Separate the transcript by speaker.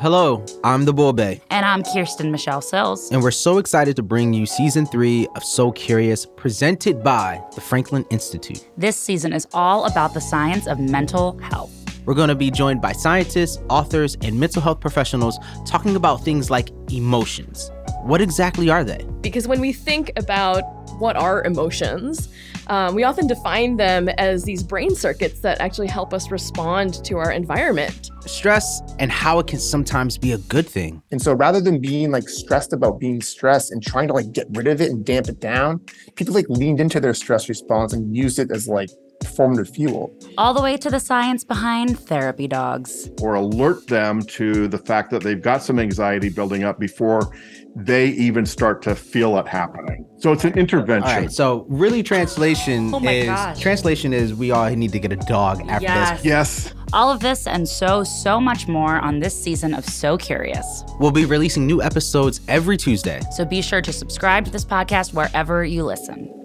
Speaker 1: Hello, I'm the Bulbe,
Speaker 2: And I'm Kirsten Michelle Sells.
Speaker 1: and we're so excited to bring you season three of So Curious, presented by the Franklin Institute.
Speaker 2: This season is all about the science of mental health.
Speaker 1: We're going to be joined by scientists, authors, and mental health professionals talking about things like emotions. What exactly are they?
Speaker 3: because when we think about what are emotions, um, we often define them as these brain circuits that actually help us respond to our environment.
Speaker 1: Stress and how it can sometimes be a good thing.
Speaker 4: And so rather than being like stressed about being stressed and trying to like get rid of it and damp it down, people like leaned into their stress response and used it as like formative fuel.
Speaker 2: All the way to the science behind therapy dogs.
Speaker 5: or alert them to the fact that they've got some anxiety building up before they even start to feel it happening. So it's an intervention.
Speaker 1: All right, so really, translation
Speaker 2: Oh my
Speaker 1: is
Speaker 2: gosh.
Speaker 1: translation is we all need to get a dog after this.
Speaker 5: Yes.
Speaker 2: All of this and so, so much more on this season of So Curious.
Speaker 1: We'll be releasing new episodes every Tuesday.
Speaker 2: So be sure to subscribe to this podcast wherever you listen.